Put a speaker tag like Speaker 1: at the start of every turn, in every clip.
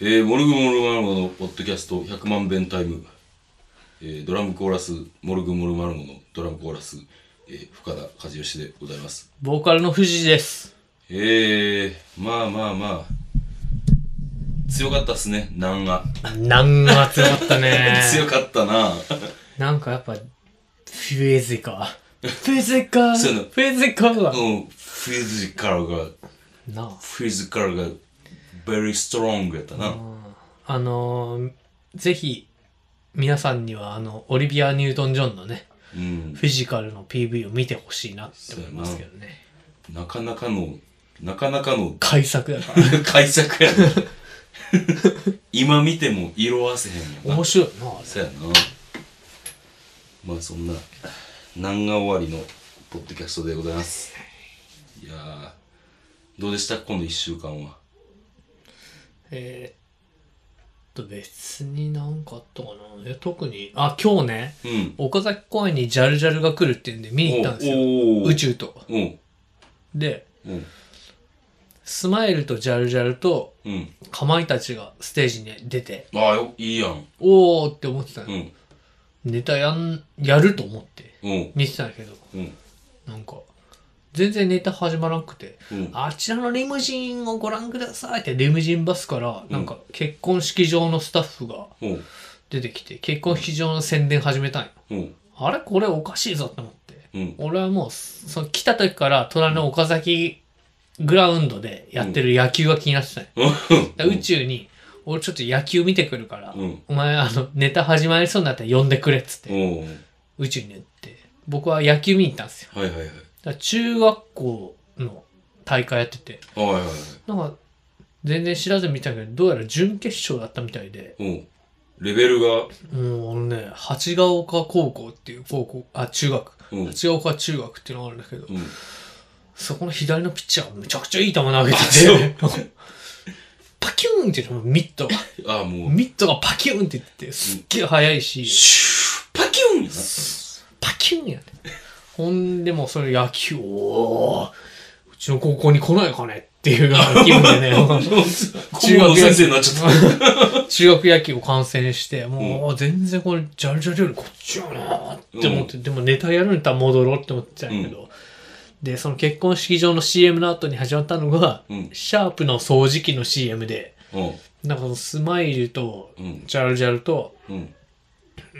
Speaker 1: えー、モルグモルマルモのポッドキャスト100万遍タイム、えー、ドラムコーラスモルグモルマルモのドラムコーラス、えー、深田和義でございます
Speaker 2: ボーカルの藤井です。
Speaker 1: えー、まあまあまあ強かったっすね難が
Speaker 2: なんが強かったね
Speaker 1: 強かったな
Speaker 2: なんかやっぱ、フェズカ。フェズカ
Speaker 1: そういうの
Speaker 2: フェズカは、
Speaker 1: うんフィジカルが
Speaker 2: なあ。
Speaker 1: フィジカルが very strong やったな、
Speaker 2: あのー、ぜひ、皆さんにはあの、オリビア・ニュートン・ジョンのね、
Speaker 1: うん、
Speaker 2: フィジカルの PV を見てほしいなって思いますけどね。
Speaker 1: なかなかのなかなかの
Speaker 2: 改作だから。
Speaker 1: 改作 やな今見ても色あせへんやな
Speaker 2: 面白いな、あれ
Speaker 1: そやなまあそんな難が終わりのポッドキャストでございますいやーどうでしたこの1週間は
Speaker 2: えー、っと、別になんかあったかな。え、特に、あ、今日ね、
Speaker 1: うん
Speaker 2: 岡崎公園にジャルジャルが来るっていうんで見に行ったんですよ。
Speaker 1: おお
Speaker 2: 宇宙と。
Speaker 1: うん
Speaker 2: で、
Speaker 1: うん
Speaker 2: スマイルとジャルジャルと
Speaker 1: うん
Speaker 2: かまいたちがステージに出て、
Speaker 1: ああよいいやん
Speaker 2: おーって思ってたの、
Speaker 1: うん
Speaker 2: ネタやん、やると思って
Speaker 1: うん
Speaker 2: 見てたんだけど、
Speaker 1: うん
Speaker 2: なんか、全然ネタ始まらなくて、
Speaker 1: うん
Speaker 2: あちらのリムジンをご覧くださいってリムジンバスから、なんか結婚式場のスタッフが
Speaker 1: うん
Speaker 2: 出てきて、結婚式場の宣伝始めたんよ。
Speaker 1: うん
Speaker 2: あれこれおかしいぞって思って。
Speaker 1: うん
Speaker 2: 俺はもう、その来た時から隣の岡崎グラウンドでやってる野球が気になってたんよだから宇宙に、俺ちょっと野球見てくるから、
Speaker 1: うん
Speaker 2: お前あの、ネタ始まりそうになったら呼んでくれっつって、
Speaker 1: おー
Speaker 2: 宇宙に言って、僕は野球見に行ったんですよ。
Speaker 1: はいはいはい
Speaker 2: だから中学校の大会やってて、
Speaker 1: はいはいは
Speaker 2: なんか、全然知らず見たけど、どうやら準決勝だったみたいで、
Speaker 1: いうんレベルが
Speaker 2: もうあのね、八ヶ丘高校っていう高校、あ、中学。
Speaker 1: うん
Speaker 2: 八ヶ丘中学っていうのがあるんだけど、
Speaker 1: うん
Speaker 2: そこの左のピッチャーがめちゃくちゃいい球投げてて、 パキューンっていうのミットが
Speaker 1: ああもう
Speaker 2: ミットがパキューンって言って、すっげえ速いし、
Speaker 1: シューパキューンやな
Speaker 2: パキューンやね。ほんでもうそれ野球、おーうちの高校に来ないかねっていうよう な気分でね、
Speaker 1: 顧問の先生になっちゃっ
Speaker 2: 中学野球を観戦して、もう全然これ、ジャルジャルよりこっちよなーって思って、でもネタやるんだったら戻ろうって思ってたんやけど、で、その結婚式場の CM の後に始まったのが、
Speaker 1: うん
Speaker 2: シャープの掃除機の CM で、
Speaker 1: たうん
Speaker 2: なんかそのスマイルと
Speaker 1: うん、
Speaker 2: ジャルジャルと、
Speaker 1: うん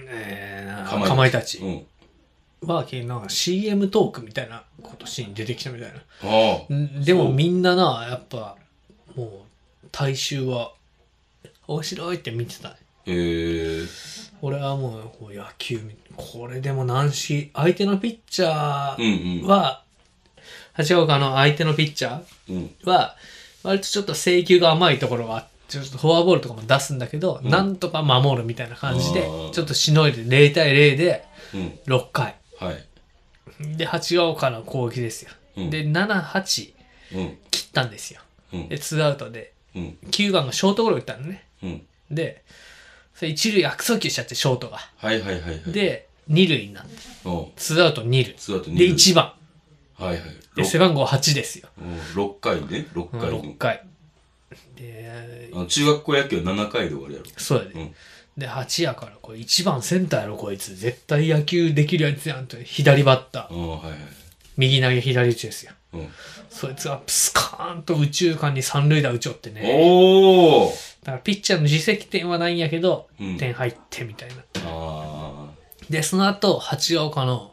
Speaker 2: え
Speaker 1: かまいた
Speaker 2: ー、
Speaker 1: ち
Speaker 2: かまいたち
Speaker 1: うん
Speaker 2: は、なんか CM トークみたいなことしに出てきたみたいな。
Speaker 1: ああ
Speaker 2: んで
Speaker 1: そ
Speaker 2: も
Speaker 1: う
Speaker 2: みんなな、やっぱ、もう、大衆は、面白いって見てたね。
Speaker 1: へえ
Speaker 2: 俺はもうこう野球見これでも何し相手のピッチャ
Speaker 1: う
Speaker 2: ー
Speaker 1: ん
Speaker 2: は、八ヶ丘の相手のピッチャ
Speaker 1: うんうん
Speaker 2: ーは割とちょっと制球が甘いところがあってちょっとフォアボールとかも出すんだけど、なんとか守るみたいな感じで
Speaker 1: あー
Speaker 2: ちょっとしのいで0対0で
Speaker 1: うん
Speaker 2: 6回
Speaker 1: はい
Speaker 2: で八ヶ丘の攻撃ですよ、
Speaker 1: うん
Speaker 2: で78
Speaker 1: うん
Speaker 2: 切ったんですよ
Speaker 1: うん
Speaker 2: で2アウトで
Speaker 1: うん
Speaker 2: 9番がショートゴロ打ったのね
Speaker 1: うん
Speaker 2: でそれ一塁悪送球しちゃってショートが
Speaker 1: はいはいはいはい
Speaker 2: で二塁になって
Speaker 1: うん
Speaker 2: ツーアウト二塁
Speaker 1: ツーアウト二
Speaker 2: で
Speaker 1: 塁
Speaker 2: 1番
Speaker 1: はいはい
Speaker 2: で背番号8ですよ
Speaker 1: 6回ね六回の
Speaker 2: 6回で
Speaker 1: あの中学校野球は7回で終わりやろ
Speaker 2: そうやで、
Speaker 1: うん
Speaker 2: で8やからこれ1番センターやろこいつ絶対野球できるやつやんと左バッター
Speaker 1: うんはいはい
Speaker 2: 右投げ左打ちですよ
Speaker 1: うん
Speaker 2: そいつがプスカーンと宇宙間に三塁打打ちょってね
Speaker 1: おお
Speaker 2: だからピッチャーの自責点はないんやけど、
Speaker 1: うん
Speaker 2: 点入ってみたいな
Speaker 1: あ
Speaker 2: でその後八ヶ丘の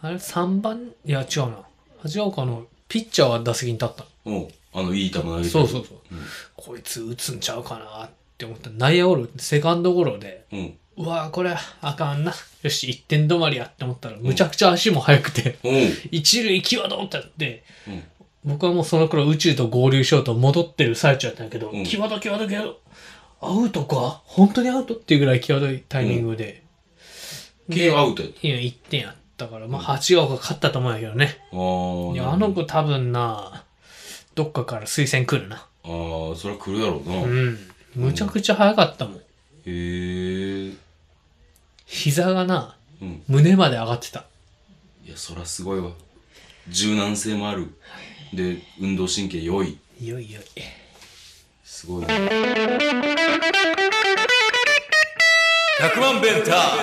Speaker 2: あれ3番いや違うな八ヶ丘のピッチャーは打席に立ったの
Speaker 1: あうんあのいい球投げてる
Speaker 2: そうそうそう、
Speaker 1: うん
Speaker 2: こいつ打つんちゃうかなって思った内野ゴロセカンドゴロで
Speaker 1: うん
Speaker 2: うわーこれあかんなよし1点止まりやって思ったらむちゃくちゃ足も速くて、
Speaker 1: おう
Speaker 2: 一塁際どうってなって
Speaker 1: うん
Speaker 2: 僕はもうその頃宇宙と合流しようと戻ってる最中だったんだけど、
Speaker 1: うん
Speaker 2: 際ど際ど際どアウトか本当にアウトっていうぐらい際どいタイミングで、
Speaker 1: K アウトやった
Speaker 2: いや1点やったからまあ八が勝ったと思うんやけどね、
Speaker 1: あー
Speaker 2: い
Speaker 1: な
Speaker 2: や
Speaker 1: る
Speaker 2: あ
Speaker 1: ほど
Speaker 2: の子多分などっかから推薦来るな
Speaker 1: ああそれは来るやろうな
Speaker 2: うんむちゃくちゃ速かったもん
Speaker 1: へえ
Speaker 2: 膝がな
Speaker 1: うん
Speaker 2: 胸まで上がってた
Speaker 1: いやそらすごいわ柔軟性もあるで運動神経良い
Speaker 2: いよいよ
Speaker 1: すごいね
Speaker 3: 100万ベンタ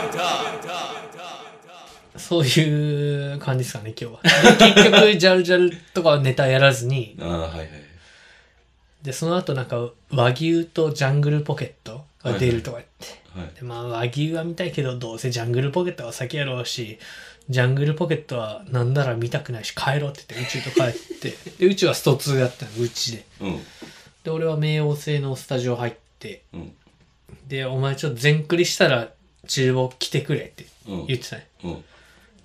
Speaker 2: そういう感じですかね、今日は。で結局、ジャルジャルとかはネタやらずに、
Speaker 1: ああはいはい
Speaker 2: で、その後なんか、和牛とジャングルポケットが出るとか言って。
Speaker 1: はい
Speaker 2: でまあ、和牛は見たいけど、どうせジャングルポケットは先やろうし、ジャングルポケットはなんなら見たくないし、帰ろうって言って宇宙と帰って、で、宇宙はスト2やったの、うちで。
Speaker 1: うん
Speaker 2: で、俺は冥王星のスタジオ入って、
Speaker 1: うん
Speaker 2: で、お前ちょっと全クリしたら、厨房来てくれって
Speaker 1: うん
Speaker 2: 言ってたね。
Speaker 1: うん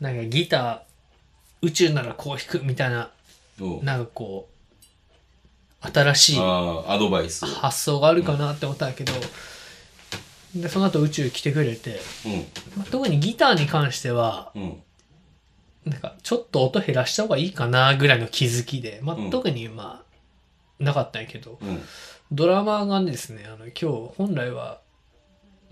Speaker 2: なんかギター、宇宙ならこう弾くみたいな、
Speaker 1: うん
Speaker 2: なんかこう、新しい
Speaker 1: ああアドバイスう
Speaker 2: 発想があるかなって思ったんやけど、で、その後宇宙来てくれて、
Speaker 1: ん
Speaker 2: まあ特にギターに関しては、
Speaker 1: うん
Speaker 2: なんかちょっと音減らした方がいいかなぐらいの気づきで、まあ
Speaker 1: うん
Speaker 2: 特にまあ、なかったんやけど、
Speaker 1: うん
Speaker 2: ドラマーがですね、あの、今日本来は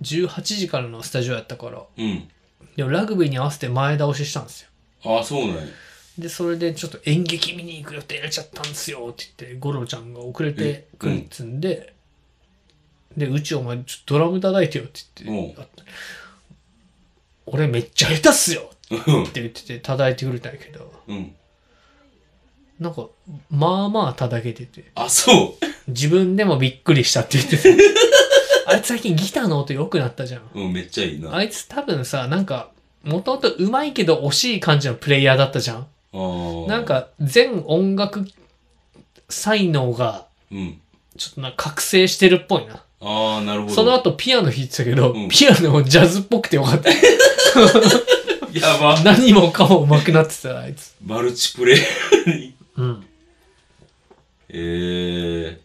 Speaker 2: 18時からのスタジオやったから、
Speaker 1: うん
Speaker 2: でもラグビーに合わせて前倒ししたんですよ。
Speaker 1: ああそうなんや
Speaker 2: で、それでちょっと演劇見に行く予定入れちゃったんですよって言って、五郎ちゃんが遅れてくるっつんで、で、うちお前ちょっとドラム叩いてよって言って、俺めっちゃ下手っすよって言ってて叩いてくれたんやけど、
Speaker 1: うん
Speaker 2: なんか、まあまあ叩けてて、
Speaker 1: あそ
Speaker 2: 自分でもびっくりしたって言ってて、あいつ最近ギターの音良くなったじゃん。
Speaker 1: ううんめっちゃいいなあ
Speaker 2: あいつ多分さ、なんか、もともと上手いけど惜しい感じのプレイヤーだったじゃん。
Speaker 1: あ
Speaker 2: なんか全音楽才能が
Speaker 1: うん
Speaker 2: ちょっとなんか覚醒してるっぽいな。
Speaker 1: ああなるほど
Speaker 2: その後ピアノ弾いてたけど、
Speaker 1: うん
Speaker 2: ピアノもジャズっぽくてよかった。
Speaker 1: やば
Speaker 2: 何もかも上手くなってたあいつ。
Speaker 1: マルチプレイ
Speaker 2: うん。
Speaker 1: ええ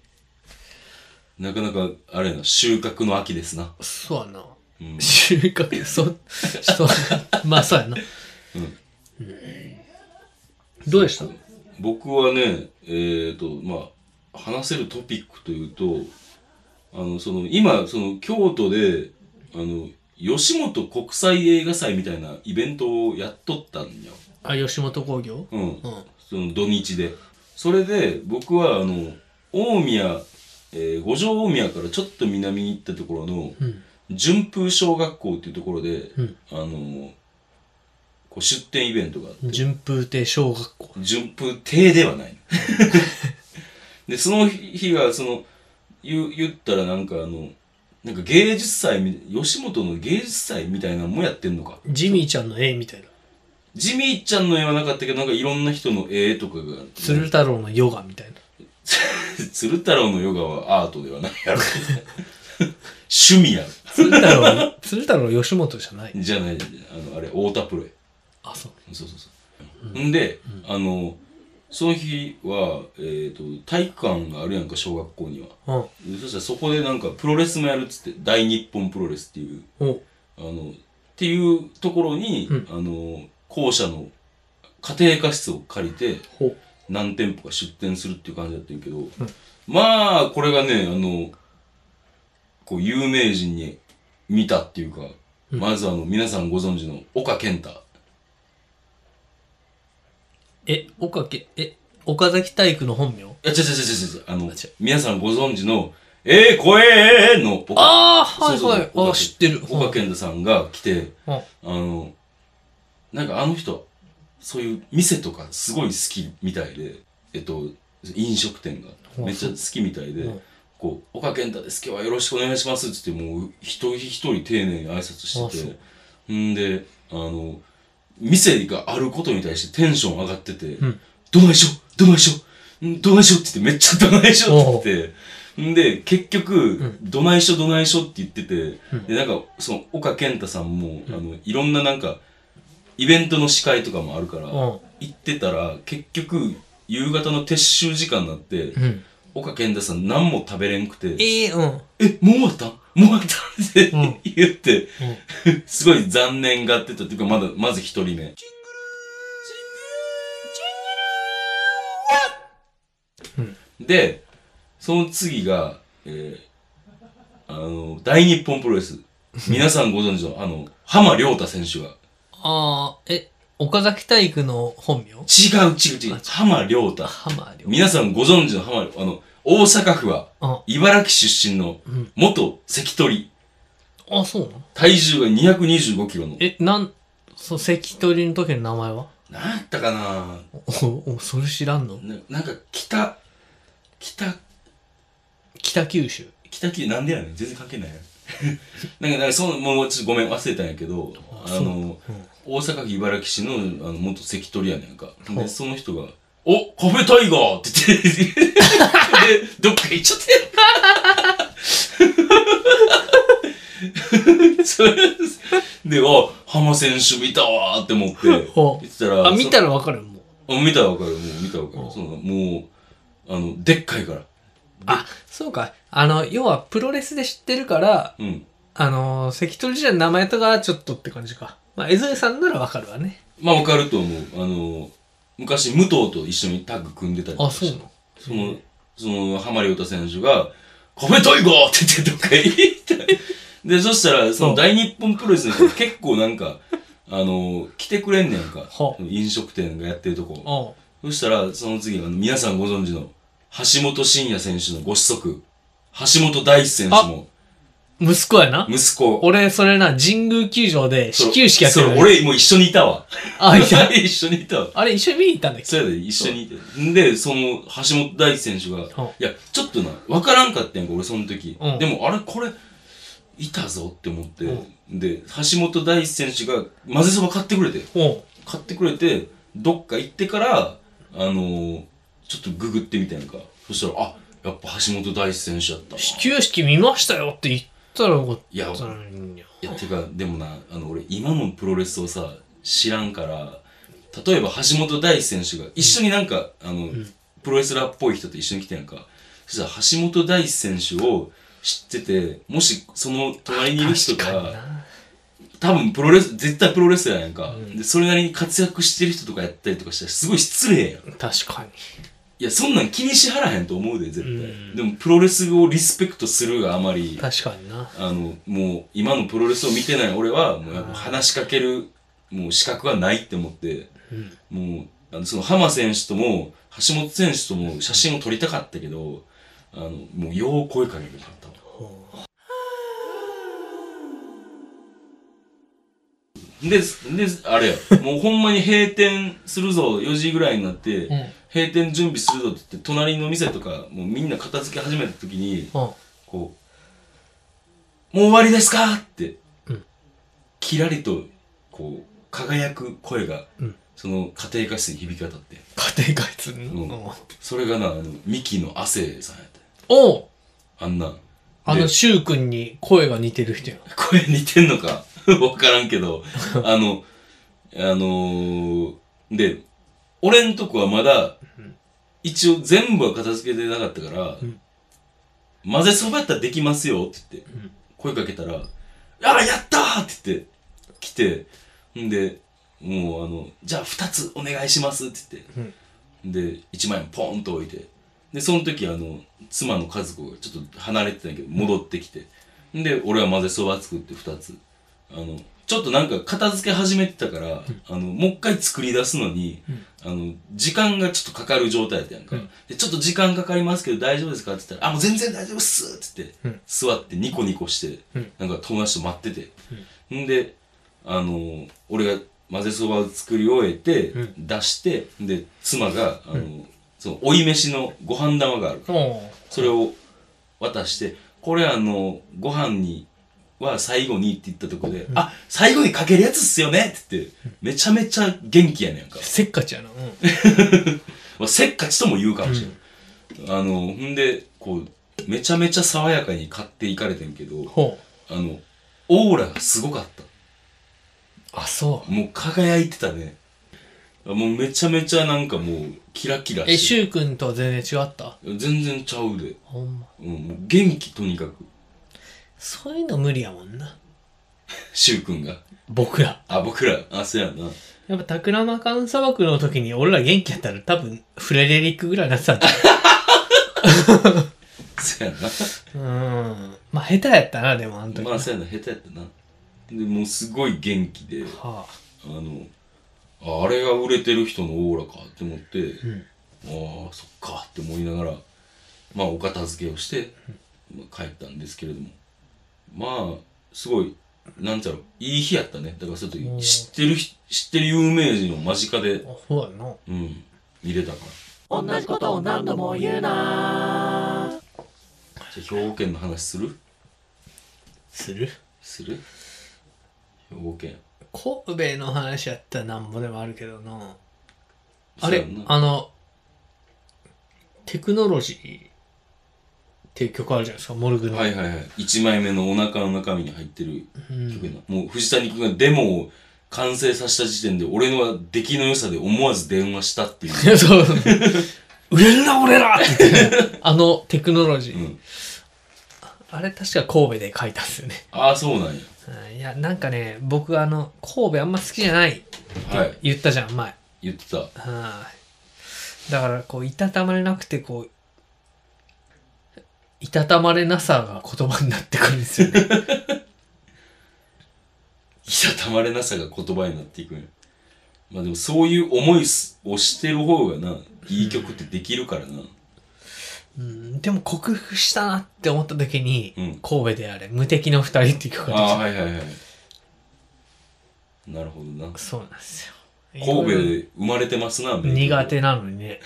Speaker 1: なかなかあれやな収穫の秋ですな
Speaker 2: そうやな。
Speaker 1: うん
Speaker 2: 収穫、そう、そう、まあそうやな。
Speaker 1: うん
Speaker 2: うんどうでした
Speaker 1: 僕はねえっ、とまあ話せるトピックというとあのその今その京都であの吉本国際映画祭みたいなイベントをやっとったんよ、
Speaker 2: あ、吉本興業
Speaker 1: うん、
Speaker 2: うん。
Speaker 1: その土日でそれで僕はあの大宮、えー五条大宮からちょっと南に行ったところの
Speaker 2: うん。
Speaker 1: 順風小学校っていうところで、
Speaker 2: うん
Speaker 1: あのこう出展イベントがあって
Speaker 2: 順風亭小学校。
Speaker 1: 順風亭ではない。 で、その日が、その、言う言ったらなんかあの、なんか芸術祭み、吉本の芸術祭みたいなのもやってんのか。
Speaker 2: ジミーちゃんの絵みたいな。
Speaker 1: ジミーちゃんの絵はなかったけど、なんかいろんな人の絵とかが。
Speaker 2: 鶴太郎のヨガみたいな。
Speaker 1: 鶴太郎のヨガはアートではないやろ。趣味やろ。
Speaker 2: 鶴太郎、鶴太郎吉本じゃない。
Speaker 1: じゃない、あの、あれ、太田プロや。
Speaker 2: あ、そう。
Speaker 1: そうそうそう。んで、あの、その日は、えっ、と、体育館があるやんか、小学校には。
Speaker 2: うん。
Speaker 1: そしたらそこでなんかプロレスもやるっつって、大日本プロレスっていう、
Speaker 2: お
Speaker 1: あの、っていうところに、
Speaker 2: うん
Speaker 1: あの、校舎の家庭科室を借りて、
Speaker 2: ほ
Speaker 1: 何店舗か出店するっていう感じだったんやけど、まあ、これがね、あの、こう、有名人に見たっていうか、
Speaker 2: うん
Speaker 1: まずあの、皆さんご存知の岡健太。
Speaker 2: え、岡け、え、岡崎体育の本名
Speaker 1: いや、違う違う違う違う違う、あの
Speaker 2: あ違う、
Speaker 1: 皆さんご存知の、えー、怖えーの岡
Speaker 2: ああ、は
Speaker 1: そう
Speaker 2: い
Speaker 1: そう
Speaker 2: はい。あ
Speaker 1: 岡
Speaker 2: あ、知ってる。
Speaker 1: 岡健太さんが来て、
Speaker 2: うん
Speaker 1: あの、なんかあの人、そういう店とかすごい好きみたいで、えっと、飲食店が
Speaker 2: うん
Speaker 1: めっちゃ好きみたいで、
Speaker 2: うん
Speaker 1: こう、岡健太です、今日はよろしくお願いしますってって、もう一人一人丁寧に挨拶して
Speaker 2: あ
Speaker 1: て、んで、あの、店があることに対してテンション上がってて、
Speaker 2: ん
Speaker 1: どないしようどないしようんどないしようって言ってめっちゃどないしようって言って、んで、結局、どないしょどないしょって言ってて、
Speaker 2: うん
Speaker 1: で、なんか、その、岡健太さんも、あの、いろんななんか、イベントの司会とかもあるから、
Speaker 2: うん
Speaker 1: 行ってたら、結局、夕方の撤収時間になって、
Speaker 2: うん。
Speaker 1: 岡健太さん何も食べれんくて、
Speaker 2: ええ、うん。
Speaker 1: え、もう終わったもう終わったって
Speaker 2: うん
Speaker 1: 言って、すごい残念がってたっていうか、まだ、まず一人目。で、その次が、えーあの、大日本プロレス。皆さんご存知の、あの、浜良太選手が。
Speaker 2: ああ、え、岡崎体育の本名
Speaker 1: 違う違う違う。浜良太。
Speaker 2: 浜良。
Speaker 1: 皆さんご存知の浜良、あの、大阪府は
Speaker 2: あ、
Speaker 1: 茨城出身の
Speaker 2: うん
Speaker 1: 元関取、
Speaker 2: あ、そうなの
Speaker 1: 体重が225キロの。
Speaker 2: え、なん、その関取の時の名前は
Speaker 1: なんやったかな
Speaker 2: お、お、それ知らんの
Speaker 1: ななんか北、北、
Speaker 2: 北九州。
Speaker 1: 北九なんでやねん全然関係ないやん なんか、なんかその、もうちょっとごめん忘れたんやけど、あ
Speaker 2: そうなん
Speaker 1: の、
Speaker 2: うん
Speaker 1: 大阪府茨城市のあの元関取やねんか。
Speaker 2: ほ
Speaker 1: で、
Speaker 2: う
Speaker 1: その人が、おカフェタイガーって言って、 で、どっか行っちゃってん それで、あ、浜選手見たわーって思って、言
Speaker 2: ほう
Speaker 1: ってたら、
Speaker 2: あ、見たらわかるもう。
Speaker 1: そあ見たらわかる、もう見たらわか
Speaker 2: う
Speaker 1: る。
Speaker 2: ん
Speaker 1: そのもう、あの、でっかいから。
Speaker 2: あ、そうか。あの、要はプロレスで知ってるから、
Speaker 1: うん。
Speaker 2: あのー、関取時代の名前とかはちょっとって感じか。まあ、江添さんならわかるわね。
Speaker 1: まあわかると思う。あの、昔、武藤と一緒にタッグ組んでたりと
Speaker 2: あ、
Speaker 1: かして
Speaker 2: そうなの
Speaker 1: その、その、浜良太選手が、カフェタイガーって言ってどっか行った。で、そしたら、その大日本プロレスの人が結構なんか、あの、来てくれんねんか
Speaker 2: は。
Speaker 1: 飲食店がやってるとこ。
Speaker 2: おう
Speaker 1: そしたら、その次、あの、皆さんご存知の、橋本真也選手のご子息、橋本大地選手も、
Speaker 2: 息子やな。
Speaker 1: 息子。
Speaker 2: 俺、それな、神宮球場で始球式やって
Speaker 1: そ
Speaker 2: る
Speaker 1: う、
Speaker 2: の
Speaker 1: そ
Speaker 2: に
Speaker 1: う。俺もう一緒にいたわ。
Speaker 2: あ、いや
Speaker 1: 一緒にいたわ。
Speaker 2: あれ、一緒に見に行ったんだっけ
Speaker 1: そうやで、一緒にいて。で、その、橋本大地選手が
Speaker 2: は、
Speaker 1: いや、ちょっとな、わからんかったやんか、俺その時。
Speaker 2: うん
Speaker 1: でも、あれ、これ、いたぞって思って。
Speaker 2: う
Speaker 1: で、橋本大地選手が、混ぜそば買ってくれて。
Speaker 2: おう
Speaker 1: 買ってくれて、どっか行ってから、あのー、ちょっとググってみたやんか。そしたら、あ、やっぱ橋本大地選手やったわ。
Speaker 2: 始球式見ましたよって言ったらよかっ
Speaker 1: いや、
Speaker 2: たのによ。
Speaker 1: いや、てか、でもな、あの、俺、今のプロレスをさ、知らんから、例えば橋本大地選手が、一緒になんか、あの、プロレスラーっぽい人と一緒に来てんやんか。そしたら、橋本大地選手を知ってて、もし、その隣にいる人
Speaker 2: 確かに
Speaker 1: が、
Speaker 2: な。
Speaker 1: 多分プロレス、絶対プロレスラーやんか。
Speaker 2: うん
Speaker 1: で、それなりに活躍してる人とかやったりとかしたら、すごい失礼やん。
Speaker 2: 確かに。
Speaker 1: いや、そんなん気にしはらへんと思うで、絶対。
Speaker 2: うん
Speaker 1: でも、プロレスをリスペクトするがあまり、
Speaker 2: 確かにな。
Speaker 1: あの、もう、今のプロレスを見てない俺は、もうやっぱ話しかける、もう資格はないって思って、
Speaker 2: うん。
Speaker 1: もう、あのその浜選手とも、橋本選手とも写真を撮りたかったけど、あの、もう、よう声かけてなかったわ
Speaker 2: ほう
Speaker 1: で、で、あれよ、もうほんまに閉店するぞ、4時ぐらいになって、
Speaker 2: うん。
Speaker 1: 閉店準備するぞって言って、隣の店とか、もうみんな片付け始めた時に、
Speaker 2: うん。
Speaker 1: こう、もう終わりですかって、
Speaker 2: うん
Speaker 1: キラリと、こう、輝く声が、
Speaker 2: うん
Speaker 1: その家庭科室に響き渡って、
Speaker 2: 家庭科室に
Speaker 1: うん
Speaker 2: うん
Speaker 1: それがな、あの、ミキの亜生さんやった。
Speaker 2: おう
Speaker 1: あんな。
Speaker 2: あ
Speaker 1: で
Speaker 2: の、シュウ君に声が似てる人や。
Speaker 1: 声似てんのか わからんけ ど、あの、あのー、で、俺んとこはまだ
Speaker 2: うん、
Speaker 1: 一応全部は片付けてなかったから、
Speaker 2: うん
Speaker 1: 混ぜそばやったらできますよって言って、
Speaker 2: うん
Speaker 1: 声かけたら、ああ、やったーって言って、来て、んで、もうあの、じゃあ二つお願いしますって言って、で、1万円ポンと置いて、で、その時あの、妻の和子がちょっと離れてたんやけど、戻ってきて、で、俺は混ぜそば作って2つ。あの、ちょっとなんか片付け始めてたから、あの、もう一回作り出すのに、あの、時間がちょっとかかる状態やったやんか。
Speaker 2: うん
Speaker 1: で、ちょっと時間かかりますけど大丈夫ですかって言ったら、あ、もう全然大丈夫っすって言って、
Speaker 2: うん
Speaker 1: 座ってニコニコして、
Speaker 2: うん
Speaker 1: なんか友達と待ってて。んで、あの、俺が混ぜそばを作り終えて、
Speaker 2: う
Speaker 1: 出して、で、妻が、あの、その、追い飯のご飯玉があるから、
Speaker 2: おう
Speaker 1: それを渡して、これあの、ご飯に、は最後にって言ったとこで、あ、最後にかけるやつっすよねって言って、めちゃめちゃ元気やねんか。
Speaker 2: せっかちやな。うん
Speaker 1: まあ、せっかちとも言うかもしれない、ん。あの、ほんで、こう、めちゃめちゃ爽やかに買っていかれてんけど、
Speaker 2: ほう。
Speaker 1: あの、オーラがすごかった。
Speaker 2: あ、そう。
Speaker 1: もう輝いてたね。もうめちゃめちゃなんかもうキラキラ
Speaker 2: え、
Speaker 1: して
Speaker 2: シュウ君とは全然違った
Speaker 1: る。全然ちゃうで。
Speaker 2: ほんま。
Speaker 1: うん、もう元気とにかく。
Speaker 2: そういうの無理やもんな。
Speaker 1: シュウくんが。
Speaker 2: 僕ら。
Speaker 1: あ、僕ら。あ、そうやな。
Speaker 2: やっぱ、タクラマカン砂漠の時に俺ら元気やったら多分、フレデリックぐらいになってたんだ。
Speaker 1: そうやな。
Speaker 2: うーん。まあ、下手やったな、でも、あの時。
Speaker 1: まあ、そうやな。下手やったな。で、もうすごい元気で、
Speaker 2: は
Speaker 1: あの、ああれが売れてる人のオーラかって思って、
Speaker 2: あ。うん。
Speaker 1: ああ、そっかって思いながら、まあ、お片付けをして、まあ帰ったんですけれども。まあ、すごい、なんちゃろう、いい日やったね。だから、ちょっと
Speaker 2: うん
Speaker 1: 知ってる人、知ってる有名人を間近で、
Speaker 2: あそうやな。
Speaker 1: うん、見れたから。
Speaker 4: 同じことを何度も言うな
Speaker 1: じゃあ、兵庫県の話する
Speaker 2: する
Speaker 1: する兵庫県。
Speaker 2: 神戸の話やったらなんぼでもあるけどな。あれ
Speaker 1: そうやん、な
Speaker 2: あの、テクノロジーっていう曲あるじゃないですか、モルグの。
Speaker 1: はいはいはい。1枚目のお腹の中身に入ってる
Speaker 2: うん
Speaker 1: 曲やな。もう藤谷君がデモを完成させた時点で、俺のは出来の良さで思わず電話した っていう。
Speaker 2: いやそう。売れるな、俺らって言ってあのテクノロジー。
Speaker 1: うん
Speaker 2: あれ確か神戸で書いたんですよね。
Speaker 1: ああ、そうなんや。
Speaker 2: うんいや、なんかね、僕あの、神戸あんま好きじゃないって
Speaker 1: はい。
Speaker 2: 言ったじゃん、前。
Speaker 1: 言ってた。
Speaker 2: はい。だから、こう、いたたまれなくて、こう、いたたまれなさが言葉になってくるんですよ ね。
Speaker 1: いたたまれなさが言葉になっていくんや。まあでもそういう思いすをしてる方がな、いい曲ってできるからな。
Speaker 2: うん、でも、克服したなって思った時に、
Speaker 1: うん
Speaker 2: 神戸であれ、無敵の二人っていう曲が出てき
Speaker 1: ああ、
Speaker 2: た
Speaker 1: はいはいはい。なるほどな。
Speaker 2: そうなんですよ。
Speaker 1: 神戸で
Speaker 2: いろい
Speaker 1: 生まれてますな、
Speaker 2: ろ苦
Speaker 1: 名曲。
Speaker 2: 手なのにね。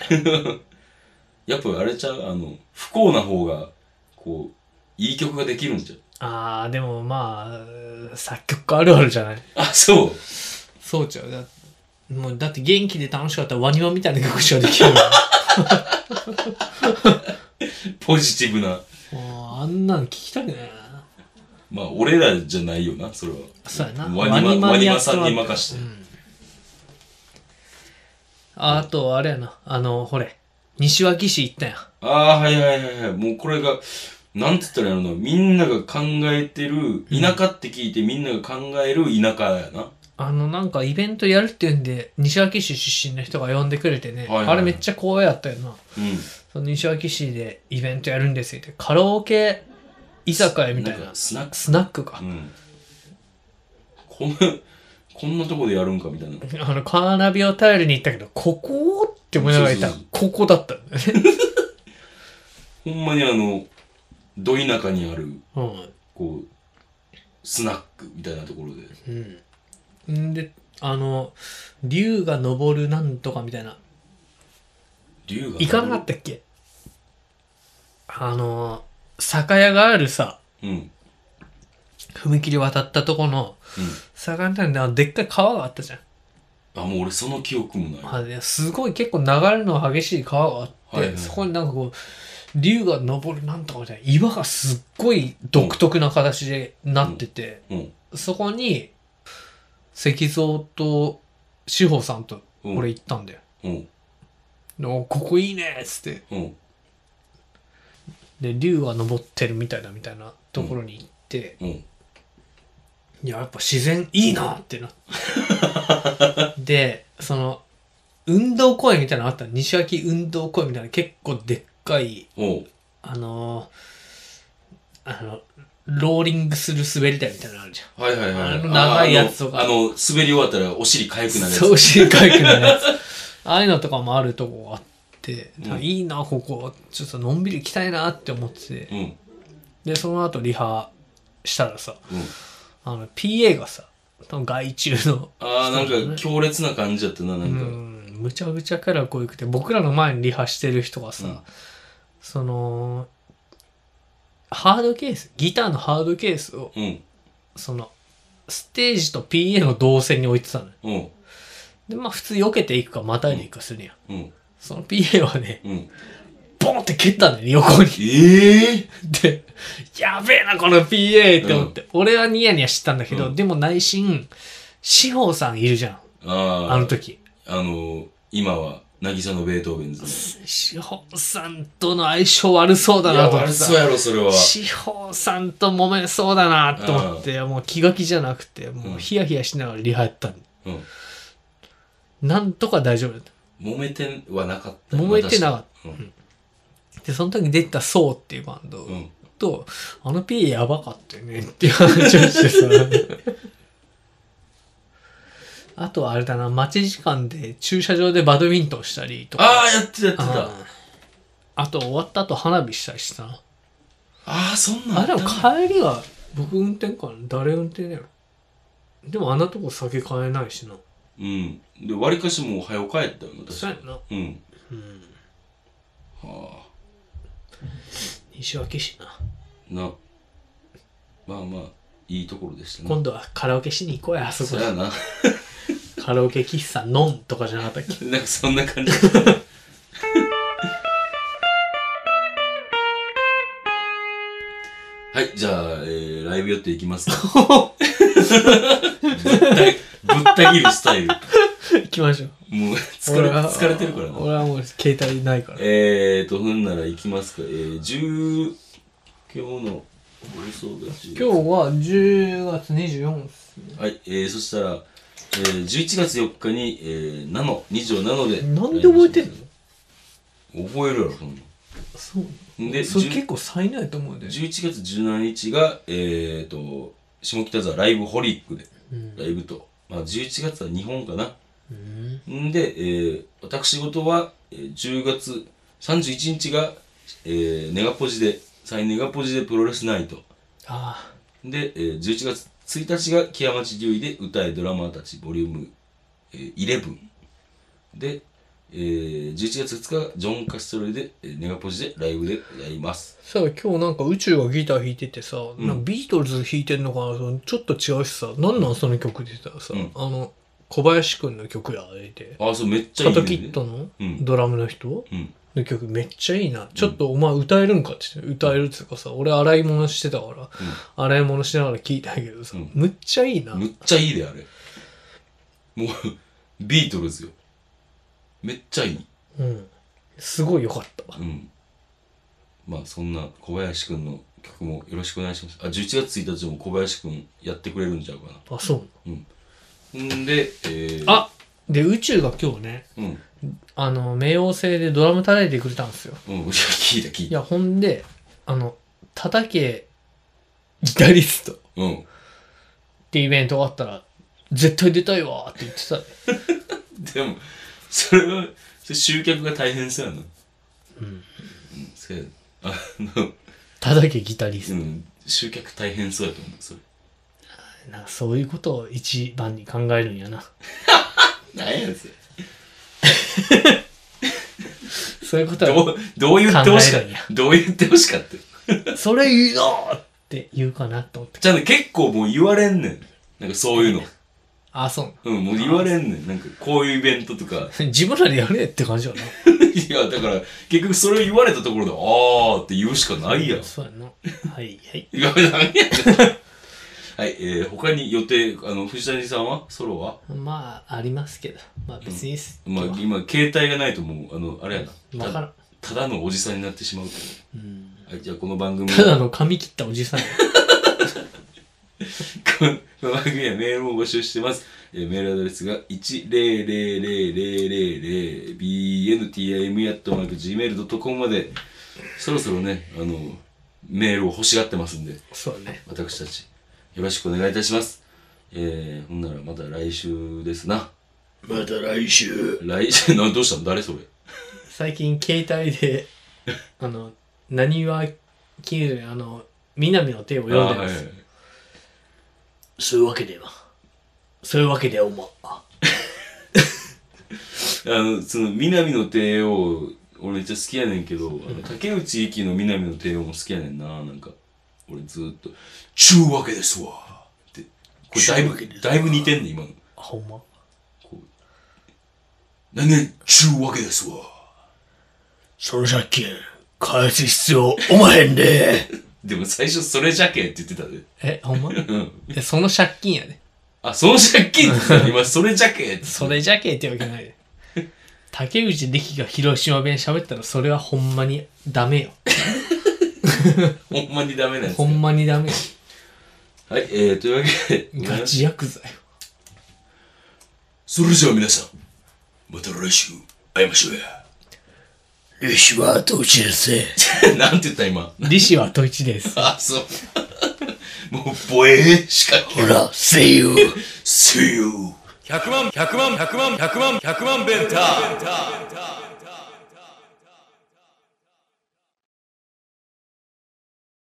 Speaker 1: やっぱあれちゃう、あの、不幸な方が、こう、いい曲ができるんじゃう。
Speaker 2: ああ、でもまあ、作曲家あるあるじゃない
Speaker 1: あ、そう。
Speaker 2: そうちゃう。だもうだって元気で楽しかったらワニマみたいな曲しかできない。も
Speaker 1: ポジティブな。
Speaker 2: うあんなの聞きたくないな。
Speaker 1: まあ、俺らじゃないよな、それは。
Speaker 2: そうやな。
Speaker 1: ワニマ、ワニマさんに任して
Speaker 2: う。んああと、あれやな。あの、ほれ。西脇市行ったやん。
Speaker 1: ああ、はいはいはいはい。もうこれが、なんて言ったらいいのみんなが考えてる、田舎って聞いてみんなが考える田舎やな。
Speaker 2: あの、なんかイベントやるっていうんで、西脇市出身の人が呼んでくれてね。
Speaker 1: はいはいはい
Speaker 2: あれめっちゃ光栄やったよな。
Speaker 1: うん。
Speaker 2: その西脇市でイベントやるんですよって。カラオケ居酒屋みたい
Speaker 1: なん
Speaker 2: な
Speaker 1: か。スナック。
Speaker 2: スナックか
Speaker 1: う。ん。こんな、こんなとこでやるんかみたいな。
Speaker 2: あの、カーナビを頼りに行ったけど、ここって思いながらいた
Speaker 1: そうそう。
Speaker 2: ここだったんだよね。
Speaker 1: ほんまにあの、ど田舎にある、
Speaker 2: うん。
Speaker 1: こう、スナックみたいなところで。
Speaker 2: うん。んで、あの、竜が昇るなんとかみたいな。
Speaker 1: 竜が。
Speaker 2: 行かなかったっけあの、酒屋があるさ、
Speaker 1: うん。うん。
Speaker 2: 踏切渡ったとこの、酒屋みたいなでっかい川があったじゃん。
Speaker 1: あ、もう俺その記憶もない。
Speaker 2: あれすごい結構流れの激しい川があって、
Speaker 1: はいはい
Speaker 2: そこになんかこう、竜が昇るなんとかみたいな、岩がすっごい独特な形でなってて、
Speaker 1: うん。
Speaker 2: そこに、石像と志保さんと
Speaker 1: うん
Speaker 2: 俺行ったんだよ。
Speaker 1: うん。
Speaker 2: でおここいいねっつって。
Speaker 1: うん。
Speaker 2: で、竜が登ってるみたいなみたいなところに行って、
Speaker 1: うん。
Speaker 2: いや、やっぱ自然いいなっ てな。で、その、運動公園みたいなのあったの西脇運動公園みたいな結構でっかい、
Speaker 1: おう
Speaker 2: あのーあの、ローリングする滑り台みたいなのあるじゃん。
Speaker 1: はいはいはい。
Speaker 2: あの長いやつとか
Speaker 1: あの、あの滑り終わったらお尻かゆくなるやつ。
Speaker 2: そう、深海区の やつ。ああいうのとかもあるとこがあって、
Speaker 1: うん
Speaker 2: いいな、ここ。ちょっとのんびり行きたいなって思ってて。
Speaker 1: うん。
Speaker 2: で、その後リハしたらさ、
Speaker 1: うん。
Speaker 2: あの、PA がさ、その外注の、
Speaker 1: ああ、なんか強烈な感じだったな、な
Speaker 2: うん
Speaker 1: か。
Speaker 2: ん、むちゃむちゃから濃いくて、僕らの前にリハしてる人がさ、
Speaker 1: うん
Speaker 2: その、ハードケース、ギターのハードケースを、
Speaker 1: うん。
Speaker 2: その、ステージと PA の動線に置いてたのよ。
Speaker 1: うん。
Speaker 2: で、まあ普通避けていくか、またいでいくかするやん。
Speaker 1: うん。
Speaker 2: その PA はね、
Speaker 1: うん。
Speaker 2: ボンって蹴ったんだよね、横に。
Speaker 1: ええ
Speaker 2: で、やべえな、この PA って思って。俺はニヤニヤしてたんだけど、
Speaker 1: うん
Speaker 2: でも内心、志保さんいるじゃん。
Speaker 1: ああ、
Speaker 2: あの時。
Speaker 1: あの、今は、渚のベートーベンズね。
Speaker 2: 志保さんとの相性悪そうだ
Speaker 1: い
Speaker 2: な
Speaker 1: や
Speaker 2: と思って
Speaker 1: 悪そう
Speaker 2: さ。
Speaker 1: やろ、それは。
Speaker 2: 志保さんと揉めそうだなと思って、もう気が気じゃなくて、もうヒヤヒヤしながらリハやったの
Speaker 1: うん。
Speaker 2: なんとか大丈夫だった。
Speaker 1: 揉めてはなかった。
Speaker 2: 揉めてなかった。
Speaker 1: まあ確
Speaker 2: で、その時出てたそうっていうバンド
Speaker 1: うん。
Speaker 2: と、あの PA やばかったよねっていう話をしてさ。 あとはあれだな、待ち時間で駐車場でバドミントンしたりとか。
Speaker 1: ああ、やってた、やって
Speaker 2: あ
Speaker 1: た。
Speaker 2: ーあと終わった後花火したりしてさ。
Speaker 1: ああ、そんなん
Speaker 2: あ、でも
Speaker 1: ったな
Speaker 2: 帰りは僕運転かな誰運転だよ。でもあんなとこ酒買えないしな。
Speaker 1: うん。で、割りかしもう早う帰ったよな、確
Speaker 2: そう
Speaker 1: か
Speaker 2: やな。
Speaker 1: に。うん。
Speaker 2: うん。
Speaker 1: はあ。
Speaker 2: 西脇市な。
Speaker 1: な。まあまあ、いいところでしたね。
Speaker 2: 今度はカラオケしに行こうや、あそ
Speaker 1: そ
Speaker 2: こ
Speaker 1: うやな。
Speaker 2: カラオケ喫茶飲んとかじゃなかったっけ
Speaker 1: なんかそんな 感じ。はい、じゃあ、えー、ライブ寄っていきます か。ぶったぶった切るスタイル。
Speaker 2: 行きましょう。
Speaker 1: もう疲れ
Speaker 2: 俺は
Speaker 1: 疲れてるからな。
Speaker 2: 俺はもう携帯ないから。
Speaker 1: えーと、ふんなら行きますか。えー、10、今日の放送が10
Speaker 2: 今日は10月24日ですね。
Speaker 1: はい、えー、そしたら、えー、11月4日に、えー、ナノ、2条ナノで。
Speaker 2: なんで覚えてん
Speaker 1: の覚えるやろ、そんな
Speaker 2: そう。
Speaker 1: ん。で、
Speaker 2: それ
Speaker 1: 10
Speaker 2: 結構才能やと思うんだよね。
Speaker 1: 11月17日が、えー、と下北沢ライブホリックで
Speaker 2: うん
Speaker 1: ライブと、まあ、11月は日本かな
Speaker 2: うん
Speaker 1: んで、えー私事は、えー10月31日が、えーネガポジで再ネガポジでプロレスナイト
Speaker 2: あ
Speaker 1: で、えー11月1日が木屋町竜医で歌えドラマーたちボリューム、えー11で、えー11月2日がジョン・カストレで、えーネガポジでライブでやります
Speaker 2: あ。さあ今日なんか宇宙がギター弾いててさ、
Speaker 1: ん
Speaker 2: なんかビートルズ弾いてんのかなそのちょっと違うしさ、なんなんその曲でたらさ、
Speaker 1: うん
Speaker 2: あの、小林くんの曲や、あれで。
Speaker 1: ああそうめっちゃい
Speaker 2: カ
Speaker 1: いね
Speaker 2: トキットの
Speaker 1: うん
Speaker 2: ドラムの人
Speaker 1: うん
Speaker 2: の曲めっちゃいいな。ちょっとお前歌えるんかって言って歌えるっていうかさ、俺洗い物してたから、洗い物しながら聞いたけどさ
Speaker 1: うん、
Speaker 2: むっちゃいいな。
Speaker 1: むっちゃいいで、あれ。もう、ビートルズよ。めっちゃいい。
Speaker 2: うん。すごい良かったわ。
Speaker 1: うん。まあ、そんな小林くんの曲もよろしくお願いします。あ、11月1日も小林くんやってくれるんちゃうか
Speaker 2: あ、そう。
Speaker 1: な。んで、えー、
Speaker 2: あで、宇宙が今日ね、
Speaker 1: うん。
Speaker 2: あの、冥王星でドラム叩いてくれたんですよ。
Speaker 1: うん、いや聞いた聞い
Speaker 2: い
Speaker 1: た。
Speaker 2: や、ほんで、あの、叩け、ギタリストっ
Speaker 1: うん。
Speaker 2: てイベントがあったら、絶対出たいわーって言ってたで。
Speaker 1: でも、それは、それ集客が大変そうやな。
Speaker 2: うん
Speaker 1: うん。そうやあの、
Speaker 2: 叩けギタリ
Speaker 1: う
Speaker 2: ス
Speaker 1: ん、集客大変そうやと思う、それ。
Speaker 2: ト。なんかそういうことを一番に考えるんやな。
Speaker 1: 何やつ
Speaker 2: そういうこと
Speaker 1: ど
Speaker 2: は、
Speaker 1: う、どう言ってほしか
Speaker 2: 考えるんや
Speaker 1: ったどう言ってほしかった
Speaker 2: それ言うよーって言うかなと思って。
Speaker 1: じゃあね、結構もう言われんねん。なんかそういうの。
Speaker 2: あ、そう。
Speaker 1: うん、もう言われんねん。なんかこういうイベントとか。
Speaker 2: 自分らでやれって感じやな。
Speaker 1: いや、だから結局それを言われたところで、あーって言うしかないやん。
Speaker 2: そうやな。はい、はい。
Speaker 1: いや、ダメやん。 はい、えー、他に予定、あの、藤谷さんはソロは
Speaker 2: まあ、ありますけど。まあ別にす。
Speaker 1: まあ
Speaker 2: 今日
Speaker 1: 今、携帯がないともう、あの、あれやな。
Speaker 2: はわから
Speaker 1: た
Speaker 2: ん。
Speaker 1: ただのおじさんになってしまうけ
Speaker 2: うん
Speaker 1: ど。はい、じゃあこの番 組、
Speaker 2: ただの髪切ったおじさんや。
Speaker 1: この番組はメールも募集してます。えーメールアドレスが 1000000bntime.gmail.com まで、そろそろね、あの、メールを欲しがってますんで、
Speaker 2: そうね。
Speaker 1: 私たち、よろしくお願いいたします。えー、ほんならまた来週ですな。
Speaker 4: また来週
Speaker 1: 来週、な、どうしたの誰それ
Speaker 2: 最近携帯であの何は金融あの南の手を読んでます、
Speaker 1: あーはい
Speaker 4: そういうわけではそういうわけではおま
Speaker 1: あの、その、南の帝王、俺めっちゃ好きやねんけど、あの竹内駅の南の帝王も好きやねんな、なんか。俺ずーっと、ちゅうわけですわって。これだい
Speaker 4: ちゅうわけです
Speaker 1: ぶ、
Speaker 4: わ
Speaker 1: だいぶ似てんねん、今の。
Speaker 2: あほんま
Speaker 1: こう。何年、ちゅうわけですわ
Speaker 4: その借金返す必要おまへんで
Speaker 1: でも最初、それじゃけって言ってたで。
Speaker 2: えほんま
Speaker 1: うん。
Speaker 2: えその借金やで
Speaker 1: あ、その借金って 言ってた今、それじゃけって。
Speaker 2: それじゃけえってわけないで竹内力が広島弁喋ったらそれはほんまにダメよ
Speaker 1: ほんまにダメなやつ
Speaker 2: ほ。んまにダメよ
Speaker 1: はい、えー、というわけで。
Speaker 2: ガチヤクザよ
Speaker 1: それじゃあ皆さん、また来週、会いましょうや。
Speaker 4: ルシはどうちですね
Speaker 1: なんて言った今。
Speaker 2: 利子はトイチです
Speaker 1: あ、そう。 もう、ボエーしか
Speaker 4: ほ
Speaker 1: 聞
Speaker 4: ら See you
Speaker 1: せよ。
Speaker 3: 100万、100万、100万、100万、100万ベンター。